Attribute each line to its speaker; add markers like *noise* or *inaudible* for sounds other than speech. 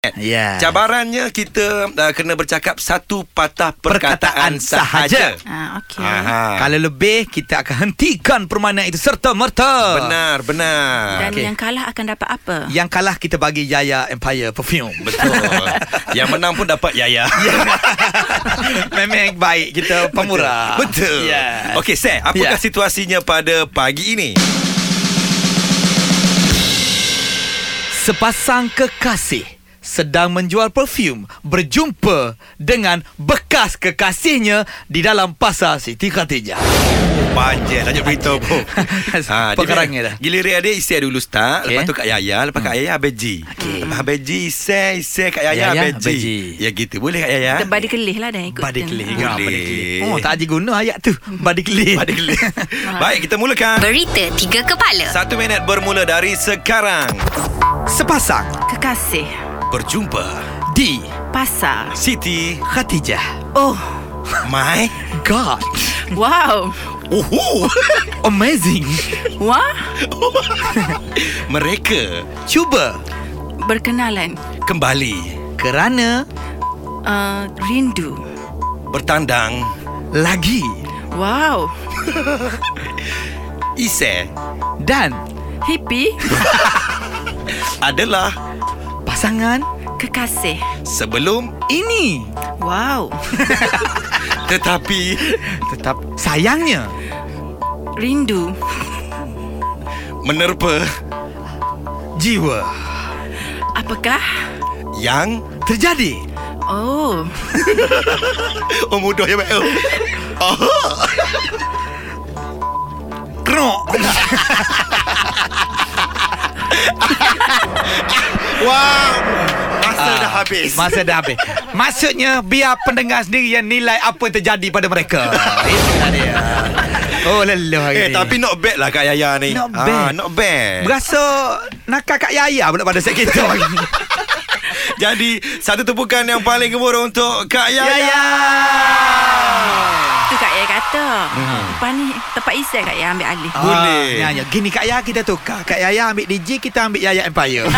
Speaker 1: Ustaz
Speaker 2: Ya.
Speaker 1: Cabarannya kita uh, kena bercakap satu patah perkataan,
Speaker 2: Perkataan
Speaker 1: sahaja, Hmm.
Speaker 2: sahaja.
Speaker 3: Ah, okey.
Speaker 1: Aha.
Speaker 2: Kalau lebih kita akan hentikan permainan itu serta merta.
Speaker 1: Benar, benar
Speaker 3: Dan
Speaker 2: Okey.
Speaker 3: yang kalah akan dapat apa?
Speaker 2: Yang kalah kita bagi Yaya Empire perfume. *laughs*
Speaker 1: Betul Yang menang pun dapat *laughs* yaya
Speaker 2: Memang baik kita pemurah.
Speaker 1: Betul
Speaker 2: Yeah.
Speaker 1: Okey Sam Apakah
Speaker 2: Ya.
Speaker 1: situasinya pada pagi ini?
Speaker 2: Sepasang kekasih sedang menjual perfume berjumpa dengan bekas kekasihnya di dalam pasar Siti Khatijah.
Speaker 1: Oh, Panjang Tajuk berita *laughs* pun
Speaker 2: Perkarangnya dah.
Speaker 1: Giliran dia isi dulu start okay.
Speaker 2: Okey.
Speaker 1: Lepas tu Kak Yaya Lepas Kak Yaya Abang G okay. Abang G isi Isi Kak Hmm. Yaya,
Speaker 2: Yaya,
Speaker 1: Abang G
Speaker 2: Abang G.
Speaker 1: Ya gitu Boleh Kak Yaya?
Speaker 3: Kita badi kelih lah dah ikut.
Speaker 2: Badi kelih.
Speaker 1: Boleh.
Speaker 2: Ah, badi kelih. Oh, tak ada guna ayat tu. Badi kelih.
Speaker 1: Pada gelis *laughs* Baik kita
Speaker 3: ya.
Speaker 1: mulakan
Speaker 4: Berita tiga kepala.
Speaker 1: Satu minit bermula dari sekarang
Speaker 2: *laughs* Sepasang
Speaker 3: Kekasih.
Speaker 1: Berjumpa
Speaker 2: di
Speaker 3: Pasar.
Speaker 1: Siti
Speaker 2: Khatijah.
Speaker 3: Oh,
Speaker 1: Mai
Speaker 2: God.
Speaker 3: wow.
Speaker 1: Uhu *laughs*
Speaker 2: Amazing.
Speaker 3: Wah,
Speaker 1: Mereka
Speaker 2: Cuba
Speaker 3: berkenalan.
Speaker 1: Kembali
Speaker 2: kerana
Speaker 3: Uh, rindu.
Speaker 1: Bertandang
Speaker 2: lagi
Speaker 3: Wow.
Speaker 1: Isi
Speaker 2: dan
Speaker 3: Hippie.
Speaker 1: adalah
Speaker 2: pasangan
Speaker 3: Kekasih.
Speaker 1: Sebelum
Speaker 2: ini
Speaker 3: Wow.
Speaker 1: Tetapi
Speaker 2: tetap sayangnya
Speaker 3: Rindu.
Speaker 1: Menerpa
Speaker 2: jiwa
Speaker 3: Apakah?
Speaker 1: Yang
Speaker 2: terjadi
Speaker 3: Oh,
Speaker 1: Oh mudah ya Mak. Oh.
Speaker 2: krok
Speaker 1: Wow Masa dah habis
Speaker 2: Masa dah habis Maksudnya Biar pendengar sendiri Yang nilai apa yang terjadi pada mereka Itulah dia Oh leluh
Speaker 1: Eh
Speaker 2: hari ni.
Speaker 1: tapi not bad lah Kak Yaya ni
Speaker 2: Not
Speaker 1: Ah,
Speaker 2: bad.
Speaker 1: Not bad
Speaker 2: Berasa Nakal Kak Yaya pula pada set kita hari
Speaker 1: *laughs*
Speaker 2: ni
Speaker 1: Jadi satu tepukan yang paling gemuruh untuk Kak Yaya.
Speaker 2: Yaya
Speaker 3: tu Kak Yaya kata. Lepas ni tempat Isai Kak Yaya ambil alih.
Speaker 2: Ah,
Speaker 1: Boleh. *laughs*
Speaker 2: Yaya. Gini Kak Yaya kita tukar Kak Yaya ambil DJ Kita ambil Yaya Empire